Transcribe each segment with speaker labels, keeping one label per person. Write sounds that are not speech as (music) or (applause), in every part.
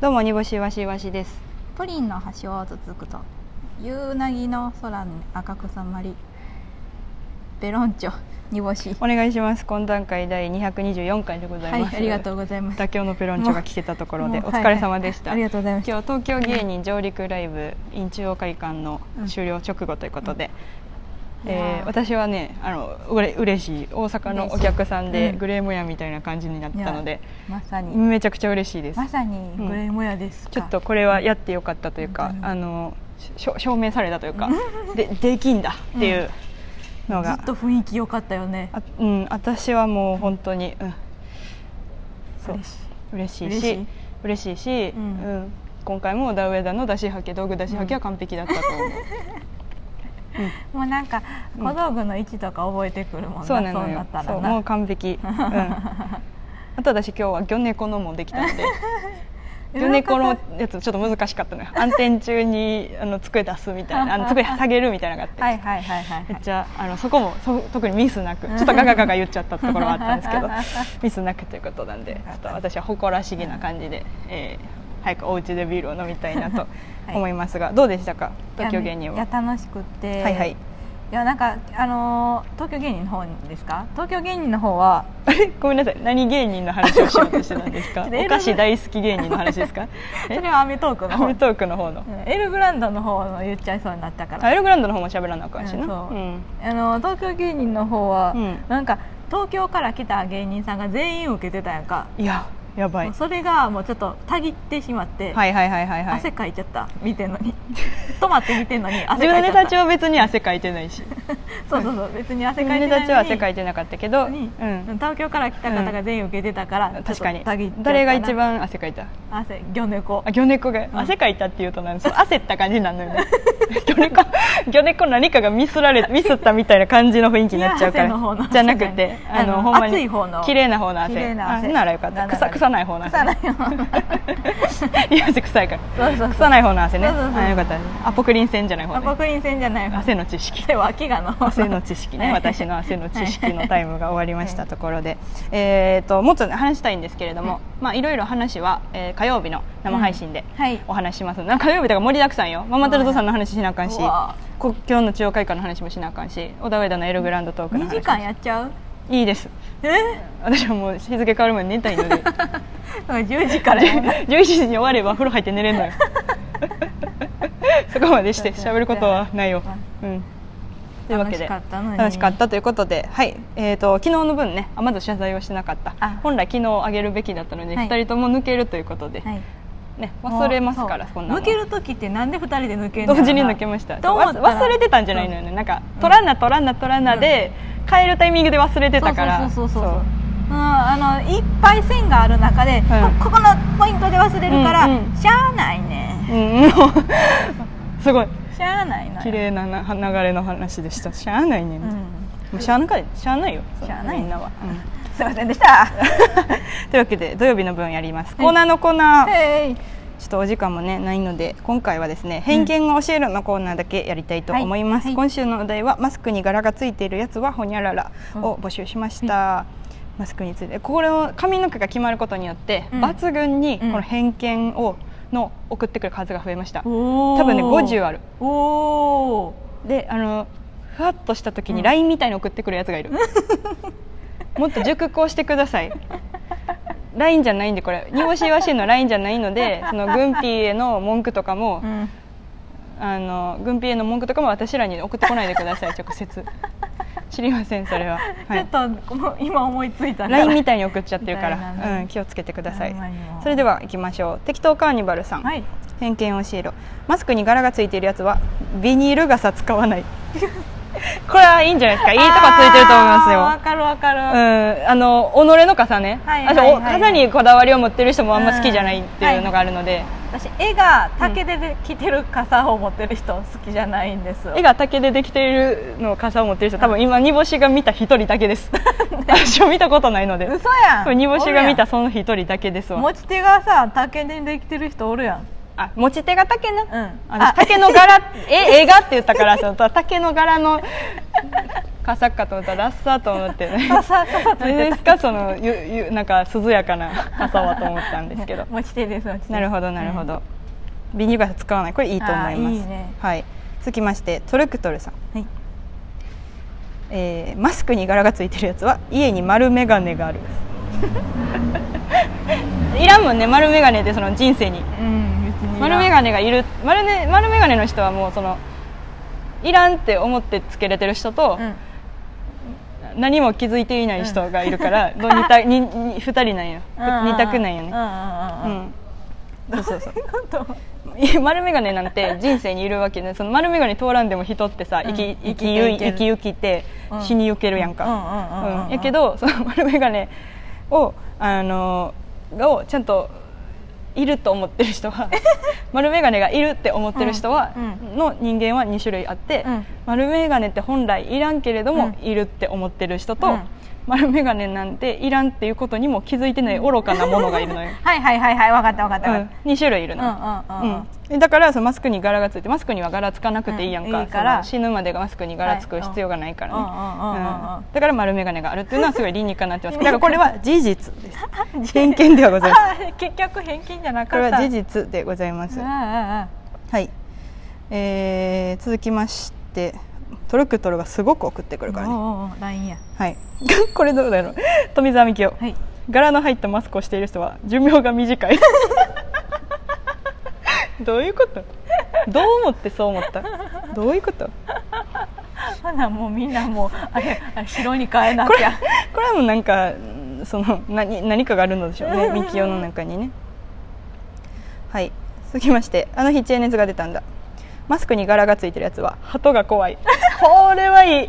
Speaker 1: どうも煮干しわしわしです
Speaker 2: プリンの端を続くと夕なぎの空に赤く染まりベロンチョ煮干し
Speaker 1: お願いします懇談会第224回でござ
Speaker 2: はいい
Speaker 1: ます、
Speaker 2: ありがとうございます
Speaker 1: 妥協のペロンチョが聞けたところで
Speaker 2: も
Speaker 1: お
Speaker 2: うはい
Speaker 1: 疲れ様でした、
Speaker 2: ありがとうございました
Speaker 1: 今日東京芸人上陸ライブ in 中央会館の終了直後ということで、
Speaker 2: うんい
Speaker 1: え
Speaker 2: や
Speaker 1: ー
Speaker 2: ー
Speaker 1: 私はねあのうれ嬉しい大阪のお客さん
Speaker 2: 嬉
Speaker 1: で
Speaker 2: しいうん
Speaker 1: グレーモヤみたいな感じになったので、
Speaker 2: まさに
Speaker 1: めちゃくちゃ嬉しいです、
Speaker 2: まさにグレーモヤですか、
Speaker 1: ちょっとこれはやってよかったというか、
Speaker 2: うん
Speaker 1: あのしょ証明されたというか、でできんだっていうの
Speaker 2: ず
Speaker 1: が、
Speaker 2: っと雰囲気良かったよね
Speaker 1: あうん、私はもう本当に、うん、そう
Speaker 2: 嬉しい
Speaker 1: 嬉しい
Speaker 2: 嬉し
Speaker 1: し
Speaker 2: い
Speaker 1: 嬉しいし、う
Speaker 2: うんん
Speaker 1: 今回もダウエダの出しはけ道具出しはけは完璧だったと思う、
Speaker 2: (laughs) もうなんか
Speaker 1: うん
Speaker 2: 小道具の位置とか覚えてくるもんな、
Speaker 1: そうなの
Speaker 2: だ
Speaker 1: よ
Speaker 2: った
Speaker 1: そ
Speaker 2: ら
Speaker 1: うも
Speaker 2: な
Speaker 1: う完璧、
Speaker 2: (laughs)
Speaker 1: うん、あと私今日は魚猫のもできた
Speaker 2: (laughs)
Speaker 1: ので魚猫のやつちょっと難しかったのよ暗転中にあの机出すみたい
Speaker 2: (laughs)
Speaker 1: なあの机下げるみたいなのがあって、
Speaker 2: はいはいはいはい
Speaker 1: め
Speaker 2: は
Speaker 1: っ
Speaker 2: い
Speaker 1: ちゃあのそこもそ特にミスなくちょっとガガガガ言っちゃったところはあったんです
Speaker 2: (laughs)
Speaker 1: けどミスなくということなんでちょっと私は誇らしげな感じで、えー早くお家でビールを飲みたいなと
Speaker 2: い
Speaker 1: 思いますが、どうでしたか東京芸人
Speaker 2: いや
Speaker 1: は。
Speaker 2: 楽しくって
Speaker 1: はい (laughs) はい、
Speaker 2: いやなんかあのー東京芸人の方ですか東京芸人の方は
Speaker 1: あれごめんなさい何芸人の話をしようとしてたんですか
Speaker 2: ちょ
Speaker 1: お
Speaker 2: (laughs) っとエル
Speaker 1: 菓子大好き芸人の話
Speaker 2: (laughs)
Speaker 1: ですか
Speaker 2: それ
Speaker 1: え
Speaker 2: はアメトークの
Speaker 1: ア
Speaker 2: 方
Speaker 1: メトークの方の
Speaker 2: うんエルグランドの方の言っちゃいそうになったから
Speaker 1: アイルグランドの方も喋らなあかんしな、
Speaker 2: うんそう
Speaker 1: うん
Speaker 2: あの東京芸人の方は、
Speaker 1: うん
Speaker 2: なんか東京から来た芸人さんが全員受けてたやんか、
Speaker 1: いややばい
Speaker 2: も
Speaker 1: は
Speaker 2: うそれがもうちょっとたぎってしまって、
Speaker 1: いはいはいはいはい
Speaker 2: 汗かいちゃった見てんのに (laughs) 止まって見てんのに
Speaker 1: (laughs) 自
Speaker 2: 汗
Speaker 1: 分の
Speaker 2: かいちゃ
Speaker 1: ネ
Speaker 2: った
Speaker 1: タ帳は別に汗かいてないし
Speaker 2: そうそうそう別に汗かい
Speaker 1: ネ
Speaker 2: てな
Speaker 1: タ
Speaker 2: いのに
Speaker 1: 帳は汗かいてなかったけど、う
Speaker 2: に
Speaker 1: ん、
Speaker 2: 東京から来た方が全員受けてたから、
Speaker 1: 確かに
Speaker 2: ちょっとたぎっちゃったな
Speaker 1: 誰が一番汗かいた
Speaker 2: 汗魚猫
Speaker 1: あ魚猫が汗かいたって言うとなんそう焦った感じになるのよね (laughs) 魚猫魚猫何かがミス
Speaker 2: (laughs)
Speaker 1: られミスったみたいな感じの雰囲気になっちゃうか
Speaker 2: いや汗の方の
Speaker 1: ら
Speaker 2: 汗
Speaker 1: じゃなくてあ
Speaker 2: あの
Speaker 1: のほんまに
Speaker 2: 熱い方の
Speaker 1: 綺麗な方の汗
Speaker 2: 綺麗な汗
Speaker 1: あならよかった
Speaker 2: なんなら
Speaker 1: 臭臭ない方の汗
Speaker 2: さら
Speaker 1: (laughs)
Speaker 2: に
Speaker 1: いや汗臭いか
Speaker 2: そうそう
Speaker 1: ら
Speaker 2: そう
Speaker 1: 臭ない方の汗ね
Speaker 2: そうそうそう
Speaker 1: あよかったアポクリン腺じゃない方
Speaker 2: アポ
Speaker 1: ね
Speaker 2: クリン腺じゃない
Speaker 1: 汗の知識
Speaker 2: では秋がの
Speaker 1: 汗の知識ね、
Speaker 2: はい
Speaker 1: 私の汗の知識のタイムが終わりました
Speaker 2: (laughs) はい
Speaker 1: ところで、えー、ともっと話したいんですけれども、まあいろいろ話は、えー火曜日の生配信で
Speaker 2: はい
Speaker 1: お話ししますので、なんか火曜日だから盛りだくさんよママタルトさんの話しなあかんし
Speaker 2: うわ
Speaker 1: 国境の中央会館の話もしなあかんし小田上田のエルグランドトークの話
Speaker 2: 2
Speaker 1: も
Speaker 2: 時間やっちゃう
Speaker 1: いいです
Speaker 2: え
Speaker 1: 私はもう日付変わる前に寝たいので (laughs)
Speaker 2: だから10時からやんな
Speaker 1: 11時に終われば風呂入って寝
Speaker 2: (laughs)
Speaker 1: れんのよそこまでして喋ることはないよ、うん、というわけで
Speaker 2: 楽しかったのに
Speaker 1: 楽しかったということで、はいえー、と昨日の分ねあまず謝罪をしてなかった
Speaker 2: あ
Speaker 1: 本来昨日あげるべきだったので、
Speaker 2: は
Speaker 1: 二
Speaker 2: い
Speaker 1: 人とも抜けるということで、
Speaker 2: はい
Speaker 1: ね、忘れますから
Speaker 2: そう
Speaker 1: こんなの
Speaker 2: 抜ける時ってなんで2人で抜ける
Speaker 1: 同時に抜けました
Speaker 2: と思
Speaker 1: わ
Speaker 2: ったら
Speaker 1: 忘れてたんじゃないのよねなんか取らな取らな取らなで、変えるタイミングで忘れてたから
Speaker 2: そうそうそうそうそううん、あのいっぱい線がある中で、こここのポイントで忘れるから、
Speaker 1: うんうん
Speaker 2: しゃあないね
Speaker 1: そううんもう (laughs) すごい
Speaker 2: しゃあないな
Speaker 1: 綺麗なな流れの話でしたしゃあないね、
Speaker 2: う
Speaker 1: も
Speaker 2: ん
Speaker 1: うしゃあなかいしゃあないよ
Speaker 2: しゃあない
Speaker 1: みんなは、うん
Speaker 2: すいません
Speaker 1: (laughs)
Speaker 2: でした。
Speaker 1: というわけで土曜日の分やりますコーナーのコーナー、
Speaker 2: へい
Speaker 1: ちょっとお時間もねないので今回はですね偏見が教えるのコーナーだけやりたいと思います、
Speaker 2: はいはい
Speaker 1: 今週のお題はマスクに柄がついているやつはほにゃららを募集しました、マスクについてこれを髪の毛が決まることによって、
Speaker 2: うん
Speaker 1: 抜群にこ
Speaker 2: うん
Speaker 1: の偏見をの送ってくる数が増えました、
Speaker 2: お
Speaker 1: 多分ね50あ
Speaker 2: る。
Speaker 1: る
Speaker 2: おお。
Speaker 1: であのふわっとした時
Speaker 2: う
Speaker 1: に
Speaker 2: ん
Speaker 1: LINE みたいに送ってくるやつ
Speaker 2: (laughs)
Speaker 1: がいる、もっと熟考してください LINE じゃないんでこれ煮干しわしの LINE じゃないのでその軍ピーへの文句とかも、
Speaker 2: うん。
Speaker 1: あの軍ピーへの文句とかも私らに送ってこないでくだ
Speaker 2: (laughs)
Speaker 1: さい直接知りませんそれは、は
Speaker 2: ちょっともう今思いついたから。
Speaker 1: LINE みたいに送っちゃってるか
Speaker 2: みたいな
Speaker 1: ら、
Speaker 2: ね
Speaker 1: うん、気をつけてください
Speaker 2: ほんまにもう
Speaker 1: それでは行きましょう適当カーニバルさん、
Speaker 2: はい。
Speaker 1: 偏見を教えろマスクに柄がついているやつはビニール傘使わない (laughs) これはいいんじゃないですかいいとこついてると思います
Speaker 2: あーわ
Speaker 1: よ
Speaker 2: かるわか
Speaker 1: う
Speaker 2: る。
Speaker 1: ん、あの己の傘ね、
Speaker 2: はいはいはいはい
Speaker 1: あとお傘にこだわりを持ってる人もあんま好きじゃないっていうのがあるので、
Speaker 2: 私絵が竹でで着てる傘を持ってる人好きじゃないんです。
Speaker 1: (laughs) 絵が竹でできているのを傘を持ってる人多分今煮干しが見た一人だけ
Speaker 2: (laughs)
Speaker 1: です私は見たことないので
Speaker 2: 嘘
Speaker 1: 多
Speaker 2: やん。
Speaker 1: 分煮干しが見た
Speaker 2: おる
Speaker 1: その一人だけです
Speaker 2: やん。
Speaker 1: わ
Speaker 2: 持ち手がさ竹でできてる人おるやん。
Speaker 1: あ持ち手が竹な、
Speaker 2: うん。 (laughs)
Speaker 1: あの竹の柄え映画って言ったからその竹の柄のカサッカと思ったらラッサーと思って
Speaker 2: (laughs)
Speaker 1: ね
Speaker 2: カサカサついてた
Speaker 1: 何ですかそのゆゆなんか涼やかな傘はと思ったんです (laughs) けど
Speaker 2: 持ち手です持ち手
Speaker 1: なるほどなるほど、ビニール傘使わないこれいいと思い
Speaker 2: あ
Speaker 1: ます
Speaker 2: ーいいね
Speaker 1: はい、続きましてトルクトルさん、
Speaker 2: はい
Speaker 1: えーマスクに柄がついてるやつは家に丸眼鏡がある (laughs) いらんもんね丸眼鏡ってその人生に
Speaker 2: うん別に
Speaker 1: 丸眼鏡がいる丸,、ね、丸眼鏡の人はもうそのいらんって思ってつけれてる人と、
Speaker 2: うん
Speaker 1: 何も気づいていない人がいる
Speaker 2: (laughs)
Speaker 1: から、どう似たにに二人なんよ二択なんよねう
Speaker 2: ね
Speaker 1: んそうそうそう
Speaker 2: うんうんうんどういうこと
Speaker 1: いや (laughs) 丸眼鏡なんて人生にいるわけねその丸眼鏡通らんでも人ってさ生
Speaker 2: うん
Speaker 1: き生
Speaker 2: 生き
Speaker 1: き
Speaker 2: て
Speaker 1: ゆい
Speaker 2: いける
Speaker 1: 生きゆきて
Speaker 2: うん
Speaker 1: 死にゆけるやんか、
Speaker 2: うんうんうんうん
Speaker 1: うんやけどその丸眼鏡をあのがをちゃんといると思ってる人
Speaker 2: (laughs)
Speaker 1: は丸眼鏡がいるって思ってる人は、
Speaker 2: うん
Speaker 1: の人間は2種類あって、
Speaker 2: うん
Speaker 1: 丸眼鏡って本来いらんけれども、
Speaker 2: う
Speaker 1: いるって思ってる人と、
Speaker 2: うん
Speaker 1: 丸眼鏡なんていらんっていうことにも気づいてない愚かなものがい
Speaker 2: (laughs)
Speaker 1: るのよ、
Speaker 2: はいはいはいはい分かった分かっ
Speaker 1: う
Speaker 2: た分
Speaker 1: ん
Speaker 2: かっ、
Speaker 1: 2種類いるの。
Speaker 2: たうんうんうんうん
Speaker 1: うん、だからそのマスクに柄がついてマスクには柄つかなくていいやんか,、
Speaker 2: うんいいから
Speaker 1: 死ぬまでがマスクに柄つく必要がないからね、
Speaker 2: はいうんうんうんうんうん
Speaker 1: うんだから丸眼鏡があるっていうのはすごい理にかなってます
Speaker 2: (laughs)
Speaker 1: だからこれは事実です偏見ではございません
Speaker 2: あ (laughs) 結局返金じゃな
Speaker 1: こ
Speaker 2: か
Speaker 1: れ
Speaker 2: った
Speaker 1: は事実でございます
Speaker 2: うんうんうん
Speaker 1: はい、えー続きましてトルクトルがすごく送ってくるから
Speaker 2: お
Speaker 1: ね
Speaker 2: うおうおう LINE や
Speaker 1: はい (laughs) これどうだろう富澤美樹夫
Speaker 2: はい
Speaker 1: 柄の入ったマスクをしている人は寿命が短
Speaker 2: (laughs)
Speaker 1: いどういうことどう思ってそう思ったどういうこと
Speaker 2: ほなもうみんなもうあれあれ白に変えなきゃ
Speaker 1: (laughs) これはもうなんかうんその何何かがあるのでしょうねみきおの中にねはい続きましてあの日知恵熱が出たんだマスクに柄がついてるやつは鳩が
Speaker 2: (laughs)
Speaker 1: 怖いこれはいい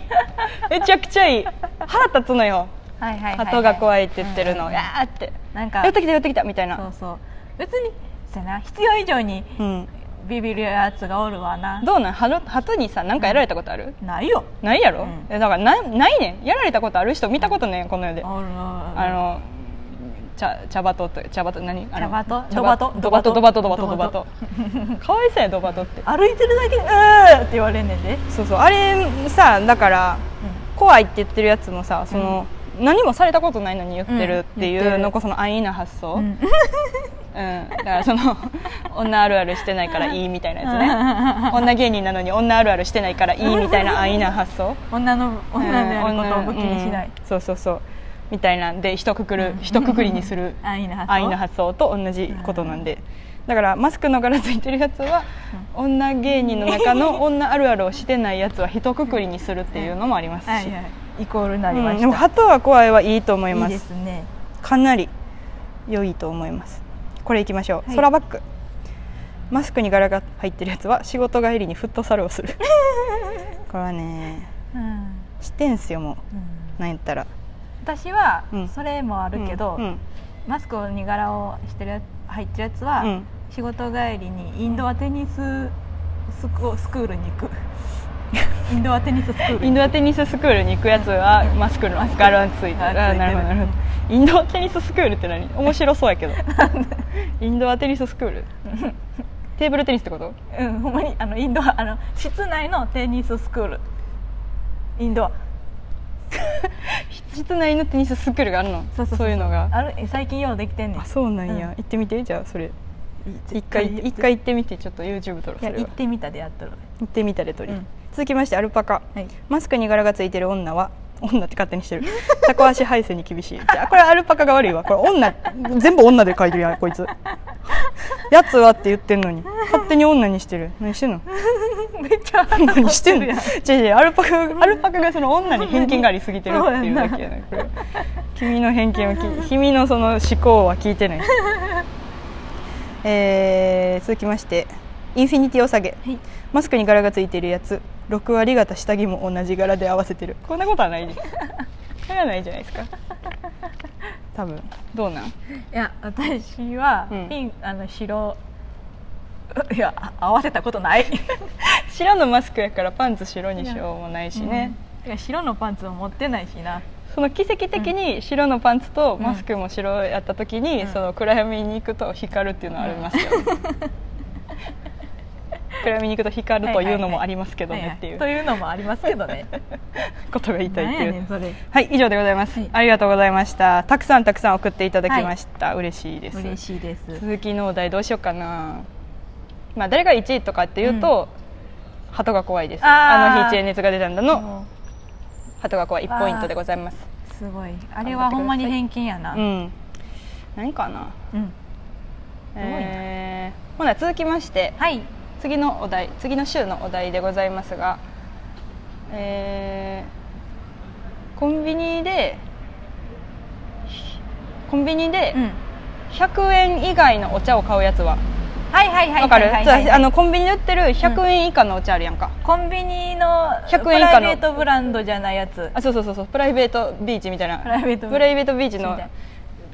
Speaker 1: めちゃくちゃいい腹立つのよ
Speaker 2: はいはい
Speaker 1: 鳩が怖いって言ってるの
Speaker 2: うんうんうん
Speaker 1: やーって
Speaker 2: なんか
Speaker 1: 寄ってきた寄ってきたみたい
Speaker 2: そう
Speaker 1: な
Speaker 2: そう別にそうやな必要以上に
Speaker 1: うん
Speaker 2: ビビるやつがおるわな
Speaker 1: どうなん鳩鳩にさ何かやられたことある、
Speaker 2: ないよ
Speaker 1: ないやろ、
Speaker 2: うん
Speaker 1: えだからなないねんやられたことある人見たことないよこの世で、
Speaker 2: おるおる
Speaker 1: あの茶茶バトと茶バト何あの
Speaker 2: 茶バト
Speaker 1: 茶バド
Speaker 2: ド
Speaker 1: バ
Speaker 2: バ
Speaker 1: ト
Speaker 2: ト
Speaker 1: ドバトドバトド
Speaker 2: ド
Speaker 1: バ
Speaker 2: バ
Speaker 1: ト
Speaker 2: ト
Speaker 1: (laughs) かわいそうやドバトって
Speaker 2: 歩いてるだけで「うー」って言われんねんで、
Speaker 1: そうそうあれさだから怖いって言ってるやつもさその、何もされたことないのに言ってるってい
Speaker 2: うん言って
Speaker 1: う
Speaker 2: る
Speaker 1: のこその安易な発想、
Speaker 2: う
Speaker 1: うん
Speaker 2: ん
Speaker 1: だからその女あるあるしてないからいいみたいなやつね女芸人なのに女あるあるしてないからいいみたいな安易な発想
Speaker 2: 女の女であることを武器にしない、
Speaker 1: うんそうそうそうみたいなんで一括る一括りにする
Speaker 2: 安易な発想
Speaker 1: 安易な発想と同じことなんで、だからマスクの柄ついてるやつは、女芸人の中
Speaker 2: (laughs)
Speaker 1: の女あるあるをしてないやつは一括りにするっていうのもありますし、
Speaker 2: はいはいイコールになりま
Speaker 1: うん
Speaker 2: し
Speaker 1: でも
Speaker 2: た、
Speaker 1: 鳩は怖いはいいと思い
Speaker 2: い
Speaker 1: ま
Speaker 2: い
Speaker 1: す
Speaker 2: ですね
Speaker 1: かなり良いと思いますこれいきましょう、
Speaker 2: はい
Speaker 1: 空バッグマスクに柄が入ってるやつは仕事帰りにフットサルをす
Speaker 2: (laughs)
Speaker 1: るこれはね
Speaker 2: うん、
Speaker 1: 知ってんすよも
Speaker 2: うん
Speaker 1: うなんやったら
Speaker 2: 私は
Speaker 1: うん
Speaker 2: それもあるけど、
Speaker 1: うんうん
Speaker 2: マスクに柄をしてるやつ入ってるやつは、
Speaker 1: うん
Speaker 2: 仕事帰りにインドアテニススクスクールに
Speaker 1: (laughs)
Speaker 2: 行くインドアテニススクール
Speaker 1: イン
Speaker 2: に行
Speaker 1: ドアテニススクールに行くやつはマスクの柄がついてるあ
Speaker 2: あついてる
Speaker 1: なるほどなるほどインドアテニススクールって何面白そうや (laughs) けどインドアテニススクールテーブルテニスってこと
Speaker 2: くうんほんまにあのインドアあの室内のテニススクールインドア
Speaker 1: 室内のテニススクールがあるの
Speaker 2: そうそうそう
Speaker 1: いうのが
Speaker 2: ある最近ようできてんねん
Speaker 1: あそうなんや、
Speaker 2: うん
Speaker 1: 行ってみてじゃあそれ一
Speaker 2: 絶対
Speaker 1: 回一回行ってみてちょっと YouTube 撮ろう
Speaker 2: い
Speaker 1: そ
Speaker 2: や
Speaker 1: れは
Speaker 2: 行ってみたでやっとる
Speaker 1: 行ってみたで撮り、
Speaker 2: うん
Speaker 1: 続きましてアルパカ
Speaker 2: はい
Speaker 1: マスクに柄がついてる女は女って勝手にしてるタコ足配線に厳しいじゃあこれアルパカが悪いわこれ女全部女で書いてるやんこいつやつはって言ってんのに勝手に女にしてる何してんの
Speaker 2: (laughs) めっちゃ
Speaker 1: 何してん (laughs) の
Speaker 2: やん
Speaker 1: 違う違うアルパカアルパカがその女に偏見がありすぎてるっていうだけやなこれ君の偏見を聞い君のその思考は聞いてない (laughs) えー続きましてインフィニティお下げ
Speaker 2: はい
Speaker 1: マスクに柄がついてるやつ6割方下着も同じ柄で合わせてるこんなことは (laughs) ないでそれはないじゃないですか多分どうなん
Speaker 2: いや私は
Speaker 1: うん
Speaker 2: ピン、あの白いやあ合わせたことない (laughs)
Speaker 1: 白のマスクやからパンツ白にしようもないしね、、
Speaker 2: うんいや白のパンツも持ってないしな
Speaker 1: その奇跡的に白のパンツとマスクも白やった時に、
Speaker 2: うん
Speaker 1: その暗闇に行くと光るっていうのはありますよ、 (laughs) 暗闇に行くと光るというのも
Speaker 2: は
Speaker 1: あ
Speaker 2: いはいはい
Speaker 1: りますけど
Speaker 2: はいは
Speaker 1: ねっ
Speaker 2: い
Speaker 1: ていう
Speaker 2: というのもありますけ
Speaker 1: (laughs)
Speaker 2: どね
Speaker 1: ことが言いたいって
Speaker 2: なん
Speaker 1: い
Speaker 2: や
Speaker 1: う
Speaker 2: ねんそれ
Speaker 1: はい以上でございます、
Speaker 2: はい
Speaker 1: ありがとうございましたたくさんたくさん送っていただきました、嬉しいです
Speaker 2: 嬉しいです
Speaker 1: 続きのお題どうしようかなまあ誰が1位とかっていうと、鳩が怖いです
Speaker 2: あー
Speaker 1: あの日知恵熱が出たんだの
Speaker 2: も
Speaker 1: 鳩が怖い1ポイントでございます
Speaker 2: うすごいあれはほんまに偏見やな
Speaker 1: うん何かな
Speaker 2: うんいな
Speaker 1: えーほな続きまして
Speaker 2: はい
Speaker 1: 次のお題次の週のお題でございますが、えーコンビニでひコンビニで
Speaker 2: うん
Speaker 1: 100円以外のお茶を買うやつは
Speaker 2: はいはいはい
Speaker 1: わかる、
Speaker 2: はいはいはい
Speaker 1: つまりあのコンビニで売ってる100円以下のお茶あるやんか、
Speaker 2: コンビニの
Speaker 1: 100
Speaker 2: プ
Speaker 1: 円以下の
Speaker 2: ライベートブランドじゃないやつ
Speaker 1: あそうそうそうそうプライベートビーチみたいな
Speaker 2: プライベート
Speaker 1: プライベートビーチの
Speaker 2: みたい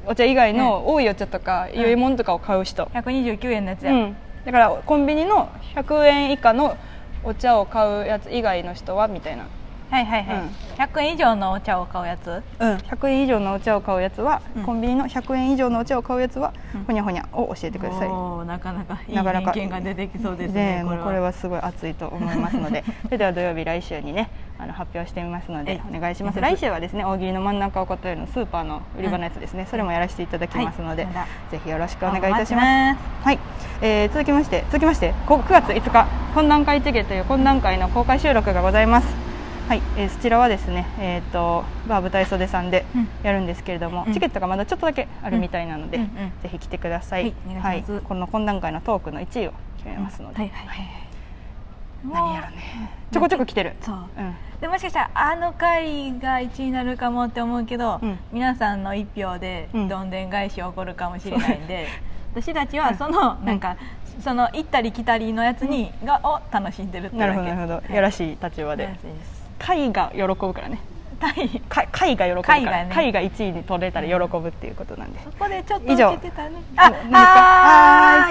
Speaker 1: お茶以外の多いお茶とか、
Speaker 2: ん
Speaker 1: 酔い物とかを買う人、
Speaker 2: 129円のやつ
Speaker 1: う
Speaker 2: や、
Speaker 1: ん、だからコンビニの100円以下のお茶を買うやつ以外の人はみたいな、
Speaker 2: はいはいはい、
Speaker 1: うん
Speaker 2: 100円以上のお茶を買うやつ
Speaker 1: うん、100円以上のお茶を買うやつは、
Speaker 2: うん
Speaker 1: コンビニの100円以上のお茶を買うやつは、
Speaker 2: うん
Speaker 1: ほにゃほにゃを教えてください
Speaker 2: おーなかなかいい
Speaker 1: なかなか
Speaker 2: 偏見が出てきそうです
Speaker 1: ね
Speaker 2: ね
Speaker 1: もうこれはすごい熱いと思いますの (laughs) でそれでは土曜日来週にねあの発表してみますので
Speaker 2: はい
Speaker 1: お願いします
Speaker 2: お願
Speaker 1: 来
Speaker 2: いします
Speaker 1: 週はですね大喜利の真ん中をことよりのスーパーの売り場のやつですね、それもやらせていただきますので、
Speaker 2: はいま
Speaker 1: ぜひよろしくお
Speaker 2: だ
Speaker 1: 願いいたします
Speaker 2: お待ちす
Speaker 1: はい、えー続きまして続きましてこ9月5日懇談会チゲという懇談会の公開収録がございますはい、えーそちらはですねえっ、とバー舞台袖さんで
Speaker 2: うん
Speaker 1: やるんですけれども、
Speaker 2: うん
Speaker 1: チケットがまだちょっとだけあるみたいなので、
Speaker 2: うんうんうん
Speaker 1: ぜひ来てください、
Speaker 2: はいお願いします
Speaker 1: この懇談会のトークの1位を決めますので、
Speaker 2: はいはいはい
Speaker 1: 何やろ
Speaker 2: ね
Speaker 1: ねちょこちょこ来てる
Speaker 2: そう
Speaker 1: うん
Speaker 2: でもしかしたらあの回が1位になるかもって思うけど、
Speaker 1: うん
Speaker 2: 皆さんの1票で
Speaker 1: うん
Speaker 2: どんでん返し起こるかもしれないんで、私たちはその、なんかその行ったり来たりのやつに、がを楽しんでるって
Speaker 1: な
Speaker 2: だ
Speaker 1: る
Speaker 2: け
Speaker 1: ほどなるほど、
Speaker 2: はい
Speaker 1: やらしい立場
Speaker 2: や
Speaker 1: で
Speaker 2: らしいです
Speaker 1: 会が喜ぶからね
Speaker 2: はい
Speaker 1: 会会が喜ぶから
Speaker 2: 会がね
Speaker 1: 会が1位に取れたら喜ぶっていうことなんで
Speaker 2: そこでちょっと
Speaker 1: 以上
Speaker 2: 受けてたね
Speaker 1: あ
Speaker 2: あ
Speaker 1: 何ですか
Speaker 2: あー
Speaker 1: はーい